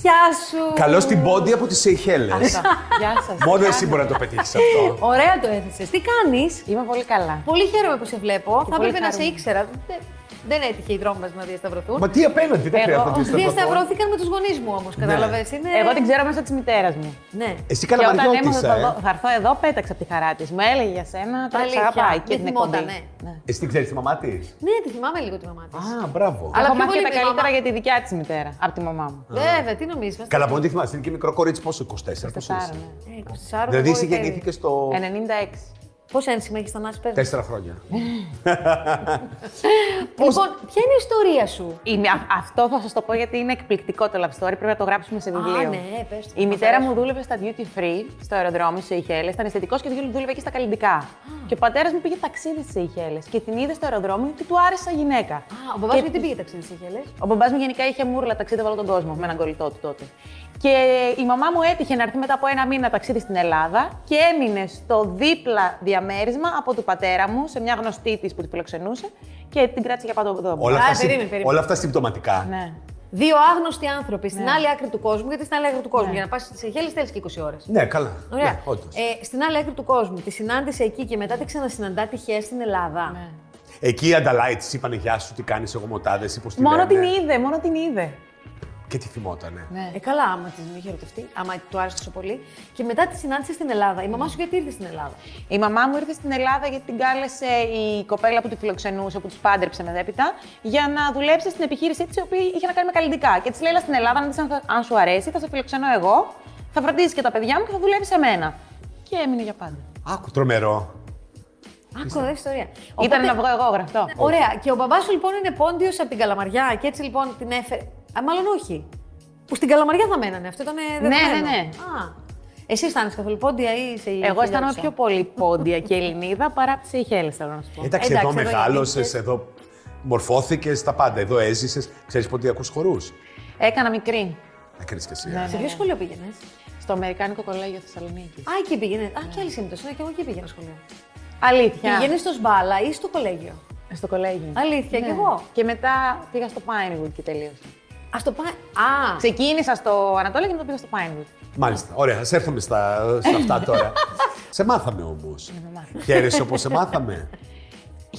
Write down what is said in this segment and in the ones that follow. Γεια σου. Καλώς την πόντι από τις Σεϊχέλες. Αυτά. Γεια σας. Μόνο εσύ μπορεί να το πετύχεις αυτό. Ωραία το έθεσες. Τι κάνεις. Είμαι πολύ καλά. Πολύ χαίρομαι που σε βλέπω. θα πολύ έπρεπε να σε χαίρομαι. ήξερα. Δεν, δεν έτυχε οι δρόμοι μας να διασταυρωθούν. Μα τι Ναι. απέναντι, δεν χρειάζεται να το δεις τα πρώτα. Διασταυρώθηκαν με τους γονείς μου όμως, κατάλαβε. Είναι... Εγώ την ξέρω μέσα της μητέρας μου. Ναι. Εσύ Ναι. Και όταν έμαθα καλαμαριώτησα, θα, ε. δω- θα έρθω εδώ, πέταξε από τη χαρά της. Μου έλεγε για σένα, τώρα Αλήθεια. αγαπάει και Δεν την θυμόταν, εκπομπή. ναι. Εσύ την ξέρεις τη μαμά της. ναι, τη θυμάμαι λίγο τη μαμά της. Α, μπράβο. Αλλά Αλλά Έχω πιο μάθει πολύ με και τα τη καλύτερα μαμά. για τη δικιά της μητέρα, από τη μαμά μου. Βέβαια, τι νομίζεις. Καλά, πόντι θυμάσαι, είναι και μικρό κορίτσι, πόσο 24. πόσο Τεσσάρα, είσαι. ναι. Ε, Δηλαδή εσύ γεννήθηκε στο. Ε, 96. Πόσα ένσημα έχεις στα μάτια, παιδί. Τέσσερα χρόνια. Λοιπόν, ποια είναι η ιστορία σου. Είναι- α- αυτό θα σας το πω γιατί είναι εκπληκτικό το love story. Πρέπει να το γράψουμε σε βιβλίο. ναι, πες το, Η μας μητέρα αρέσει. μου δούλευε στα duty free, στο αεροδρόμιο σε Ιχέλε. Ήταν αισθητικός και δούλευε εκεί στα καλλιτικά. Και ο πατέρας μου πήγε ταξίδι σε Ιχέλε και την είδε στο αεροδρόμιο και του άρεσε σαν γυναίκα. Α, ο μπαμπάς μου γιατί πήγε ταξίδι σε γέλε. Ο μπαμπάς μου γενικά είχε μούρλα, ταξίδευε όλο τον κόσμο με έναν κολλητό του τότε. Και η μαμά μου έτυχε να έρθει μετά από ένα μήνα ταξίδι στην Ελλάδα και έμεινε στο δίπλα διαμέρισμα από του πατέρα μου, σε μια γνωστή της που τη φιλοξενούσε και την κράτησε για πάντα εδώ. Όλα αυτά, Α, συ- περίμενε, περίμενε. όλα αυτά συμπτωματικά. Ναι. Δύο άγνωστοι άνθρωποι στην άλλη άκρη του κόσμου, γιατί στην άλλη άκρη του Ναι. κόσμου για να πας σε γέλες θέλεις και 20 ώρες. Ναι, καλά. Ωραία. Ναι, όντως. ε, στην άλλη άκρη του κόσμου, τη συνάντησε εκεί και μετά τη ξανασυναντά τυχαία στην Ελλάδα. Ναι. Εκεί οι ανταλάοι τη είπαν Γεια σου, τι κάνεις, εγώ μοτάδε ή πώ τη Μόνο λένε. την είδε, μόνο την είδε. Και τη θυμότανε. Ναι. Ε, καλά, άμα τη είχε ερωτευτεί, άμα του άρεσε τόσο πολύ. Και μετά τη συνάντησε στην Ελλάδα. Η μαμά σου γιατί ήρθε στην Ελλάδα. Η μαμά μου ήρθε στην Ελλάδα γιατί την κάλεσε η κοπέλα που τη φιλοξενούσε, που τους πάντρεψε μετέπειτα, για να δουλέψει στην επιχείρησή της, η οποία είχε να κάνει με καλλιτικά. Και της λέει: «Έλα στην Ελλάδα, να δεις αν, θα- αν σου αρέσει, θα σε φιλοξενώ εγώ, θα φροντίζεις και τα παιδιά μου και θα δουλεύει σε μένα. Και έμεινε για πάντα. Άκου, τρομερό. Άκου, δε ιστορία. Ήταν να Οπότε- βγω εγώ γραφτό. Ωραία. Και ο μπαμπάς σου λοιπόν είναι πόντιος από την Καλαμαριά και έτσι λοιπόν την έφερε. Α, μάλλον όχι. Που στην Καλαμαριά θα μένανε. Αυτό ήταν. ε, δεδομένο. ναι, ναι. Α. Εσύ αισθάνεσαι καθόλου πόντια ή είσαι. Εγώ αισθάνομαι φιλιόξενη? πιο πολύ πόντια και Ελληνίδα παρά από τι Σεϊχέλε, θέλω να σου πω. Εντάξει, Εντάξει, εδώ εδώ μεγάλωσε, γεννήθηκες. εδώ μορφώθηκες τα πάντα. Εδώ έζησες. Ξέρεις πότε ακούς χορούς. Έκανα μικρή Έκανε και εσύ. ε. Ναι, Σε ποιο σχολείο πήγαινες. στο Αμερικάνικο Κολέγιο Θεσσαλονίκη. Α, εκεί πήγαινες. Α, και άλλη σύμπτωση. Ναι, και εγώ εκεί πήγαινα σχολείο. Αλήθεια. Πήγαινες στο Σμπάλα ή στο κολέγιο. στο κολέγιο. Αλήθεια, κι εγώ. Και μετά πήγα στο Pinewood και τελείωσα. Ας το πάει. Α, Ξεκίνησα στο Ανατόλια και μετά πήγα στο Pinewood. Μάλιστα. Ωραία, ας έρθουμε στα, σε αυτά τώρα. σε μάθαμε όμως. Χαίρεσαι όπως σε μάθαμε.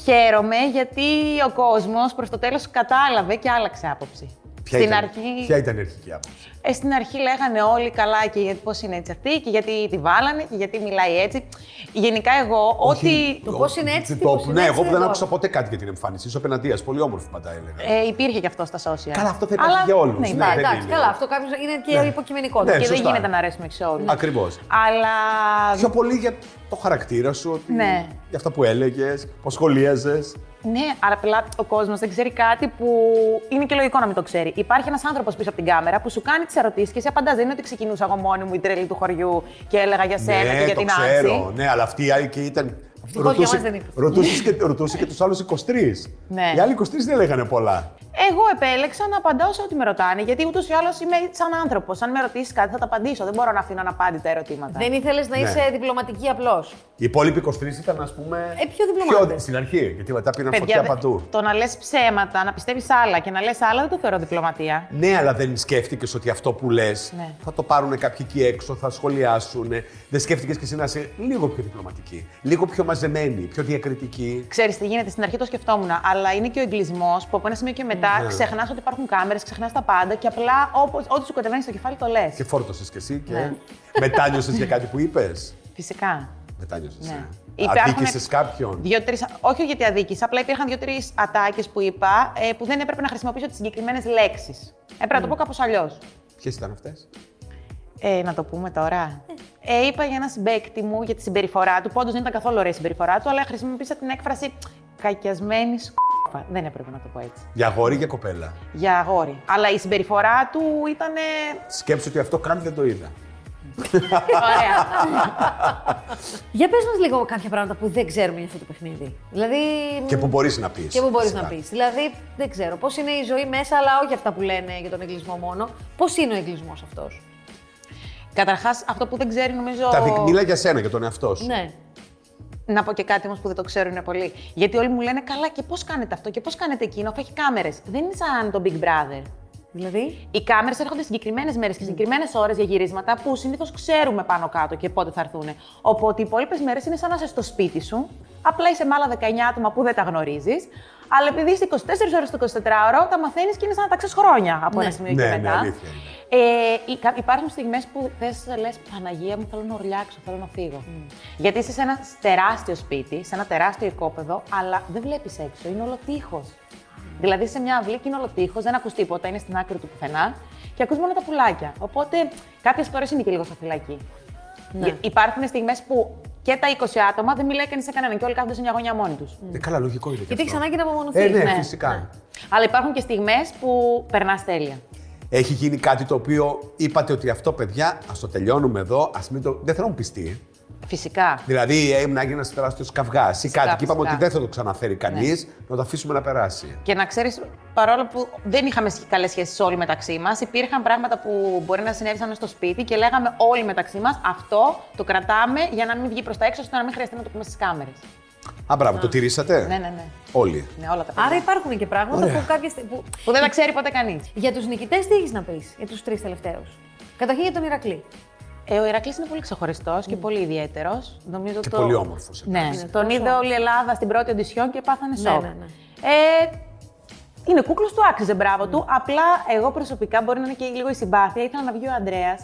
Χαίρομαι γιατί ο κόσμος προς το τέλος κατάλαβε και άλλαξε άποψη. Ποια στην ήταν, αρχή. ποια ήταν η αρχική άποψη. Ε, στην αρχή λέγανε όλοι καλά και γιατί πώς είναι έτσι αυτή και γιατί τη βάλανε και γιατί μιλάει έτσι. Γενικά εγώ Όχι, ό,τι το πώς είναι έτσι, το- τι πώς είναι Ναι, έτσι, εγώ που δεν δεν το άκουσα ποτέ κάτι για την εμφάνιση. Είσαι απέναντία. Πολύ όμορφη πάντα έλεγα. ε, υπήρχε και αυτό στα social. Καλά, αυτό θα υπάρχει Αλλά, για όλους, Ναι, ναι. υπάρχει. δεν εντάξει, είναι. καλά. Αυτό κάποιος είναι και Ναι. υποκειμενικό. Ναι. Ναι. και σωστά. δεν γίνεται να αρέσουμε σε όλους. Ακριβώς. Αλλά Πιο πολύ για το χαρακτήρα σου, ότι- Ναι. για αυτά που έλεγες, πώς σχολίαζες. Ναι, αλλά απλά ο κόσμος δεν ξέρει κάτι που είναι και λογικό να μην το ξέρει. Υπάρχει ένας άνθρωπος πίσω από την κάμερα που σου κάνει τις ερωτήσεις και εσύ απαντάς. Δεν είναι ότι ξεκινούσα εγώ μόνη μου η τρελή του χωριού και έλεγα για σένα και Ναι, για το την ξέρω. Άνση. Ναι, αλλά αυτή η άλλη και ήταν. Ευτυχώς για μας δεν ρωτούσε, ήρθε. ρωτούσες και, ρωτούσε και τους άλλους 23. Ναι. Οι άλλοι 23 δεν λέγανε πολλά. Εγώ επέλεξα να απαντάω σε ό,τι με ρωτάνε, γιατί ούτως ή άλλως είμαι σαν άνθρωπος. Αν με ρωτήσεις κάτι, θα τα απαντήσω. Δεν μπορώ να αφήνω να απάντητα τα ερωτήματα. Δεν ήθελες να Ναι. είσαι διπλωματική απλώς. Οι υπόλοιποι 23 ήταν, ας πούμε. Ε, πιο διπλωμάτες. Στην αρχή, γιατί μετά πήραν φωτιά Παιδιά, ναι. δε- παντού. το να λες ψέματα, να πιστεύεις άλλα και να λες άλλα δεν το θεωρώ διπλωματία. Ναι, αλλά δεν σκέφτηκες ότι αυτό που λες Ναι. θα το πάρουν κάποιοι εκεί έξω, θα σχολιάσουν. Δεν σκέφτηκες και εσύ να είσαι λίγο πιο διπλωματική, λίγο πιο μαζεμένη, πιο διακριτική. Ξέρεις τι γίνεται, στην αρχή το σκεφτόμουν, αλλά είναι και ο εγκλισμός που από ένα σημείο και μετά ξεχνάς ότι υπάρχουν κάμερες, ξεχνάς τα πάντα και απλά όπως, ό,τι σου κατεβαίνει στο κεφάλι το λες. Και φόρτωσες κι εσύ και Ναι. μετάνιωσες για κάτι που είπες. Φυσικά. Μετάνιωσες. Ναι. Αδίκησε κάποιον. Δύο-τρει. Όχι γιατί αδίκησα, απλά υπήρχαν δύο-τρει ατάκες που είπα ε, που δεν έπρεπε να χρησιμοποιήσω τις συγκεκριμένες λέξεις. Έπρεπε Ε, να το πω κάπως αλλιώς. Ποιες ήταν αυτές. Ε, να το πούμε τώρα. Ε, είπα για ένα συμπέκτη μου για τη συμπεριφορά του, που όντως δεν ήταν καθόλου ωραία η συμπεριφορά του, αλλά χρησιμοποίησα την έκφραση κακιασμένη σκόπα. Δεν έπρεπε να το πω έτσι. Για αγόρι για κοπέλα. Για αγόρι. Αλλά η συμπεριφορά του ήταν. Σκέψου ότι αυτό καν δεν το είδα. Ωραία. Για πες μας λίγο κάποια πράγματα που δεν ξέρουμε για αυτό το παιχνίδι. Δηλαδή. Και που μπορείς να πεις. Και που μπορείς να πεις. Δηλαδή, δεν ξέρω πώς είναι η ζωή μέσα, αλλά όχι αυτά που λένε για τον εγκλισμό μόνο. Πώς είναι ο εγκλισμός αυτός. Καταρχάς, αυτό που δεν ξέρει νομίζω. Τα δι- μίλα για σένα, για τον εαυτό σου. Ναι. Να πω και κάτι όμως που δεν το ξέρουν πολύ. Γιατί όλοι μου λένε καλά και πώς κάνετε αυτό και πώς κάνετε εκείνο, αφού έχει κάμερες. Δεν είναι σαν τον Big Brother. Δηλαδή. Οι κάμερες έρχονται συγκεκριμένες μέρες και συγκεκριμένες ώρες για γυρίσματα που συνήθως ξέρουμε πάνω κάτω και πότε θα έρθουν. Οπότε οι υπόλοιπες μέρες είναι σαν να είσαι στο σπίτι σου. Απλά είσαι με άλλα 19 άτομα που δεν τα γνωρίζεις. Αλλά επειδή είσαι 24 ώρες το 24ωρο, τα μαθαίνεις και είναι σαν να τα ξέρεις χρόνια από ένα σημείο Ναι, και ναι, μετά. αλήθεια είναι. Ε, υ- υπάρχουν στιγμές που θες, λες Παναγία μου, θέλω να ορλιάξω, θέλω να φύγω. Γιατί είσαι σε ένα τεράστιο σπίτι, σε ένα τεράστιο οικόπεδο, αλλά δεν βλέπεις έξω, είναι όλο τείχος. Δηλαδή σε μια αυλή και είναι όλο τείχος, δεν ακούς τίποτα, είναι στην άκρη του πουθενά και ακούς μόνο τα πουλάκια. Οπότε κάποιες φορές είναι και λίγο στα φυλακή. Ναι. Γε- Υπάρχουν στιγμές που και τα 20 άτομα δεν μιλάει κανείς σε κανέναν και όλοι κάθονται σε μια γωνιά μόνοι τους. Ναι, καλά, λογικό είναι. και Γιατί έχει αυτό. ανάγκη να απομονωθεί. Ε, ναι, Ναι, φυσικά. ναι. Αλλά υπάρχουν και στιγμές που περνάς τέλεια. Έχει γίνει κάτι το οποίο είπατε ότι αυτό, παιδιά, ας το τελειώνουμε εδώ, ας μην το. Δεν θέλω να μου πιστεί. Φυσικά. Δηλαδή, έμεινα έγινε ένας τεράστιος καυγάς ή κάτι. Και είπαμε φυσικά. ότι δεν θα το ξαναφέρει κανείς, να το αφήσουμε να περάσει. Και να ξέρεις, παρόλο που δεν είχαμε καλές σχέσεις όλοι μεταξύ μας, υπήρχαν πράγματα που μπορεί να συνέβησαν στο σπίτι και λέγαμε όλοι μεταξύ μας αυτό το κρατάμε για να μην βγει προς τα έξω, ώστε να μην χρειαστεί να το πούμε στις κάμερες. Α, μπράβο, το τηρήσατε. Ναι, ναι, ναι. Όλοι. Ναι, όλα τα Άρα πράγματα. υπάρχουν και πράγματα Ωραία. που κάποια στι- Που... Που δεν τα ξέρει ποτέ κανείς. Για τους νικητές, τι έχεις να πεις για τους τρεις τελευταίους. Καταρχήν για τον Ηρακλή. Ε, ο Ηρακλής είναι πολύ ξεχωριστός και πολύ ιδιαίτερος. Νομίζω Mm. Και το... πολύ όμορφος. Ναι, Είναι τον τόσο είδε όλη η Ελλάδα στην πρώτη οντισιόν και πάθανε Ναι, σοκ. ναι, ναι. Ε, είναι κούκλος του, άξιζε μπράβο του. Απλά εγώ προσωπικά μπορεί να είναι και λίγο η συμπάθεια. Ήθελα να βγει ο Ανδρέας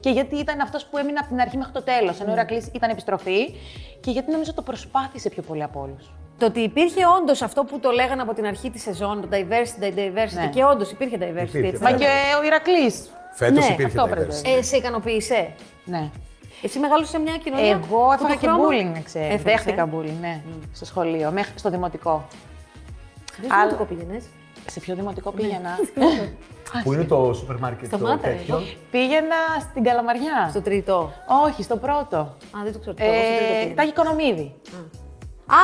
και γιατί ήταν αυτός που έμεινε από την αρχή μέχρι το τέλος. Ενώ ο Ηρακλής ήταν επιστροφή και γιατί νομίζω το προσπάθησε πιο πολύ από όλους. Το ότι υπήρχε όντως αυτό που το λέγανε από την αρχή της σεζόν, το diversity, diversity, Ναι. και όντως υπήρχε diversity. Υπήρχε, έτσι, Μα Ναι. και ο Ηρακλής. Φέτος Ναι, υπήρχε αυτό τα πρέπει. events. ε, σε ικανοποίησε. Ναι. Εσύ μεγάλωσες σε μια κοινωνία. Εγώ που έφαγα του και χρόνου- bullying, να ξέρει. Έφαγες, Δέχτηκα ε. bullying, ναι, στο σχολείο, μέχρι στο δημοτικό. Δεν Αλλά- σου το πήγαινες. Σε ποιο δημοτικό πήγαινα. Που είναι το σούπερ μάρκετ το Σταμάτα, τέτοιο. εγώ. πήγαινα στην Καλαμαριά. Στο τρίτο. Όχι, στο πρώτο. Α, δεν το ξέρω. Ε, στο τρίτο Ε, πήγαινα. τα Οικονομίδη. Α,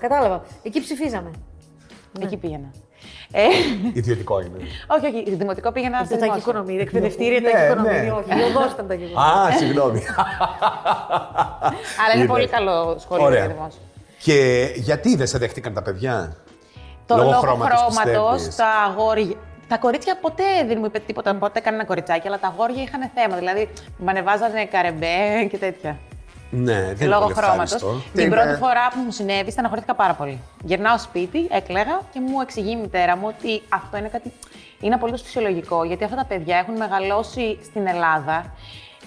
κατάλαβα. Εκεί ψηφίζαμε. Ναι. Εκεί πήγαινα. Ε, Ιδιωτικό είναι. όχι, όχι, δημοτικό πήγαινα Στο στο τάκι δημόσιο. οικονομία. Εκπαιδευτήρια, Ναι, τάκι οικονομία. ναι. Όχι, η οδό ήταν τάκι οικονομία. Α, συγγνώμη. Ε. Αλλά είναι Είδες. πολύ καλό σχολείο για Ωραία. δημόσιο. Και γιατί δεν σε δέχτηκαν τα παιδιά. Το Λόγω λόγο χρώματος, χρώματος, πιστεύεις. τα αγόρια. Τα κορίτσια ποτέ δεν μου είπε τίποτα, ποτέ κανένα κοριτσάκι, αλλά τα αγόρια είχαν θέμα. Δηλαδή, με ανεβάζανε καρεμπέ και τέτοια. Ναι, δεν είναι λόγω πολύ χρώματο. ευχάριστο. ε, Την Είναι- πρώτη φορά που μου συνέβη, στεναχωρήθηκα πάρα πολύ. Γυρνάω σπίτι, έκλαιγα και μου εξηγεί η μητέρα μου ότι αυτό είναι κάτι. Είναι απολύτως φυσιολογικό, γιατί αυτά τα παιδιά έχουν μεγαλώσει στην Ελλάδα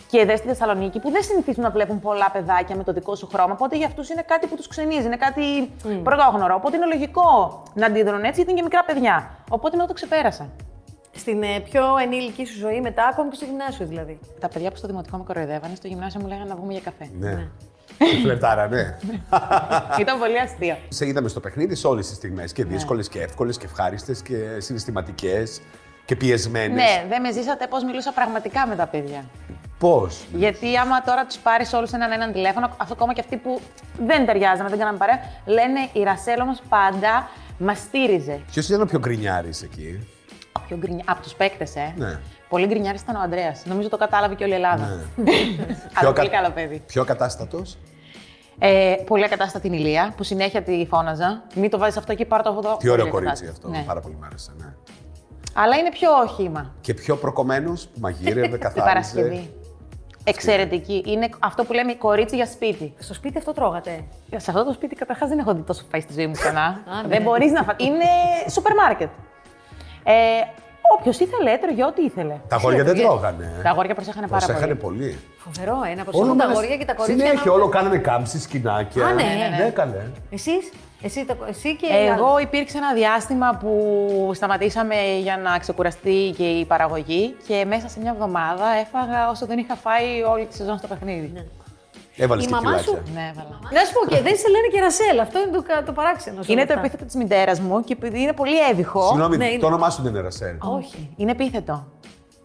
και δε στη Θεσσαλονίκη που δεν συνηθίζουν να βλέπουν πολλά παιδάκια με το δικό σου χρώμα. Οπότε για αυτούς είναι κάτι που τους ξενίζει, είναι κάτι πρωτόγνωρο. Οπότε είναι λογικό να αντιδρούν έτσι, γιατί είναι και μικρά παιδιά. Οπότε μετά το ξεπέρασα. Στην ε, πιο ενήλικη σου ζωή, μετά ακόμη και στο γυμνάσιο δηλαδή. Τα παιδιά που στο δημοτικό με κοροϊδεύανε, στο γυμνάσιο μου λέγανε να βγούμε για καφέ. Ναι. Φλερτάρα, ναι. Ήταν πολύ αστείο. Σε είδαμε στο παιχνίδι σε όλες τις στιγμές. Ναι. Και δύσκολες και εύκολες και ευχάριστες και συναισθηματικές και πιεσμένες. Ναι, δεν με ζήσατε πώς μιλούσα πραγματικά με τα παιδιά. Πώς. Γιατί άμα τώρα τους πάρεις όλους έναν έναν τηλέφωνο, αυτό ακόμα και αυτοί που δεν ταιριάζαν, δεν κάναμε παρέα, λένε η Ρασέλ όμως πάντα μας στήριζε. Ποιος ήταν ο πιο γκρινιάρης εκεί. Πιο γκρινι... Από τους παίκτες, ε. Ναι. Πολύ γκρινιάρης ήταν ο Αντρέα. Νομίζω το κατάλαβε και όλη η Ελλάδα. Ναι. Πιο Αλλά πολύ κα- καλό παιδί. Πιο κατάστατο. Ε, πολύ ακατάστατη την ηλία που συνέχεια τη φώναζα. Μην το βάζεις αυτό εκεί, πάρ το αυτό. Τι ωραίο Πολύ κορίτσι ακατάστατη. αυτό. Ναι. Πάρα πολύ μ' άρεσε. Ναι. Αλλά είναι πιο χήμα. Και πιο προκομμένος που μαγείρευε, Η καθάριζε. Παρασκευή. Εξαιρετική. Είναι αυτό που λέμε κορίτσι για σπίτι. Στο σπίτι αυτό τρώγατε. Ε, Σε αυτό το σπίτι καταρχάς δεν έχω δει τόσο φάει στη ζωή μου ξανά. Α, ναι. δεν μπορείς να φάει. Είναι σούπερ μάρκετ. Ε, Όποιος ήθελε, έτρωγε ό,τι ήθελε. Τα αγόρια δεν τρώγανε. ε. Τα αγόρια προσέχανε πάρα Προσέχανε πολύ. πολύ. Φοβερό, ένα από τα μας- αγόρια και τα κορίτσια. Συνέχεια όλο κάνανε κάμψη, σκηνάκια. Α, ναι, ναι, ναι. καλέ. Εσείς, εσύ, τα- εσύ και. οι Ε, Εγώ άλλοι. υπήρξε ένα διάστημα που σταματήσαμε για να ξεκουραστεί και η παραγωγή και μέσα σε μια εβδομάδα έφαγα όσο δεν είχα φάει όλη τη σεζόν στο παιχνίδι. Ναι, Έβαλες Η και μαμά σου- κιλάκια. έβαλα. Να σου πω και δεν σε λένε και Ρασέλ. Αυτό είναι το, κα- το παράξενο. σε Είναι όλα το αυτά. επίθετο της μητέρας μου και επειδή είναι πολύ έβυχο. Συγγνώμη, Ναι, είναι- το όνομά σου δεν είναι Ρασέλ. Όχι, είναι επίθετο.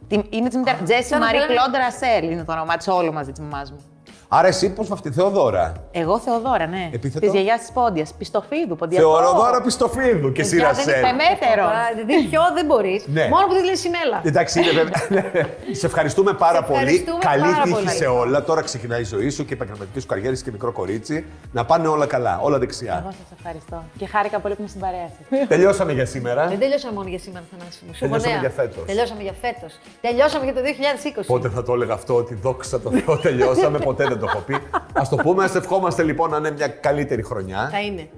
Τη- Είναι της μητέρας. Τζέσι Σαν να Μαρή λέμε- Κλόντ Ρασέλ είναι το όνομά της, όλο μαζί της μαμάς μου. Άρα εσύ πώς βαφτεί, Θεοδώρα. Εγώ Θεοδώρα, ναι. Επίθετο. Της γιαγιάς της Πόντιας. Πιστοφίδου, Ποντιακό. Θεοδώρα Πιστοφίδου και Παιδιά, σειρά δεν είστε με- Μέτερο. Τώρα, Δηλαδή πιο δεν μπορείς. Ναι. Μόνο που της λέει συνέλα. Εντάξει, είναι βέβαια. Σε ευχαριστούμε πάρα Σε πολύ. ευχαριστούμε Καλή πάρα τύχη πολύ. σε όλα. Τώρα ξεκινάει η ζωή σου και η επαγγελματική σου καριέρα και μικρό κορίτσι. Να πάνε όλα καλά, όλα δεξιά. Εγώ σας ευχαριστώ. Και χάρηκα πολύ που με συμπαρέασε. Τελειώσαμε για σήμερα. Δεν τελειώσαμε μόνο για σήμερα, Θανάση μου. Σου Τελειώσαμε γονέα. για φέτος. Τελειώσαμε για φέτος. Τελειώσαμε για το 2020. Πότε θα το έλεγα αυτό, ότι δόξα τω Θεώ τελειώσαμε, ποτέ δεν το έχω πει. Ας το πούμε, ας ευχόμαστε λοιπόν να είναι μια καλύτερη χρονιά. Θα είναι.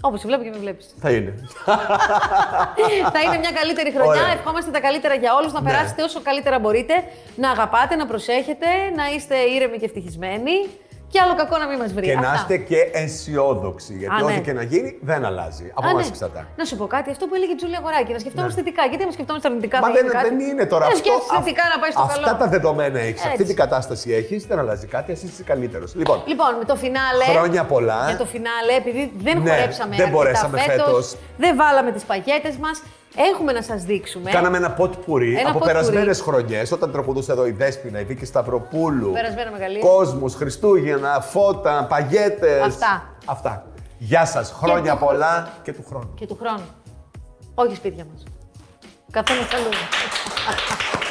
Όπως σε βλέπω και με βλέπεις. Θα είναι. θα είναι μια καλύτερη χρονιά. Ωραία. Ευχόμαστε τα καλύτερα για όλους. Να Ναι. περάσετε όσο καλύτερα μπορείτε. Να αγαπάτε, να προσέχετε, να είστε ήρεμοι και ευτυχισμένοι. Και άλλο κακό να μην μας βρει. Και Αυτά. να είστε και αισιόδοξοι. Γιατί Α, ό,τι ναι. και να γίνει δεν αλλάζει. Από Α, εμάς ναι. εξαρτάται. Να σου πω κάτι, αυτό που έλεγε η Τζούλια Αγοράκη, να σκεφτόμαστε θετικά. Γιατί να σκεφτόμαστε αρνητικά. Ναι. Μα θα δεν, γίνει κάτι. δεν είναι τώρα Να αυτό. σκέφτεσαι αυ- θετικά να πάει στο αυτά καλό. τα δεδομένα έχεις. Έτσι. Αυτή την κατάσταση έχεις. Δεν αλλάζει κάτι. Εσύ είσαι καλύτερος. Λοιπόν, Λοιπόν, με το φινάλε. Χρόνια πολλά. Για το φινάλε, επειδή δεν Ναι, χορέψαμε δεν αρκετά μπορέσαμε φέτος. Δεν βάλαμε τις παγιέτε μας. Έχουμε να σας δείξουμε. κάναμε ένα ποτ πουρί Ένα από potpourri. περασμένες χρονιές. Όταν τραγουδούσε εδώ η Δέσποινα, η Βίκη Σταυροπούλου. Περασμένα μεγαλεία. Κόσμος, Χριστούγεννα, φώτα, παγέτες. Αυτά. Αυτά. Γεια σας. Χρόνια του πολλά και του χρόνου. Και του χρόνου. Όχι σπίτια μας. Καθένα καλό.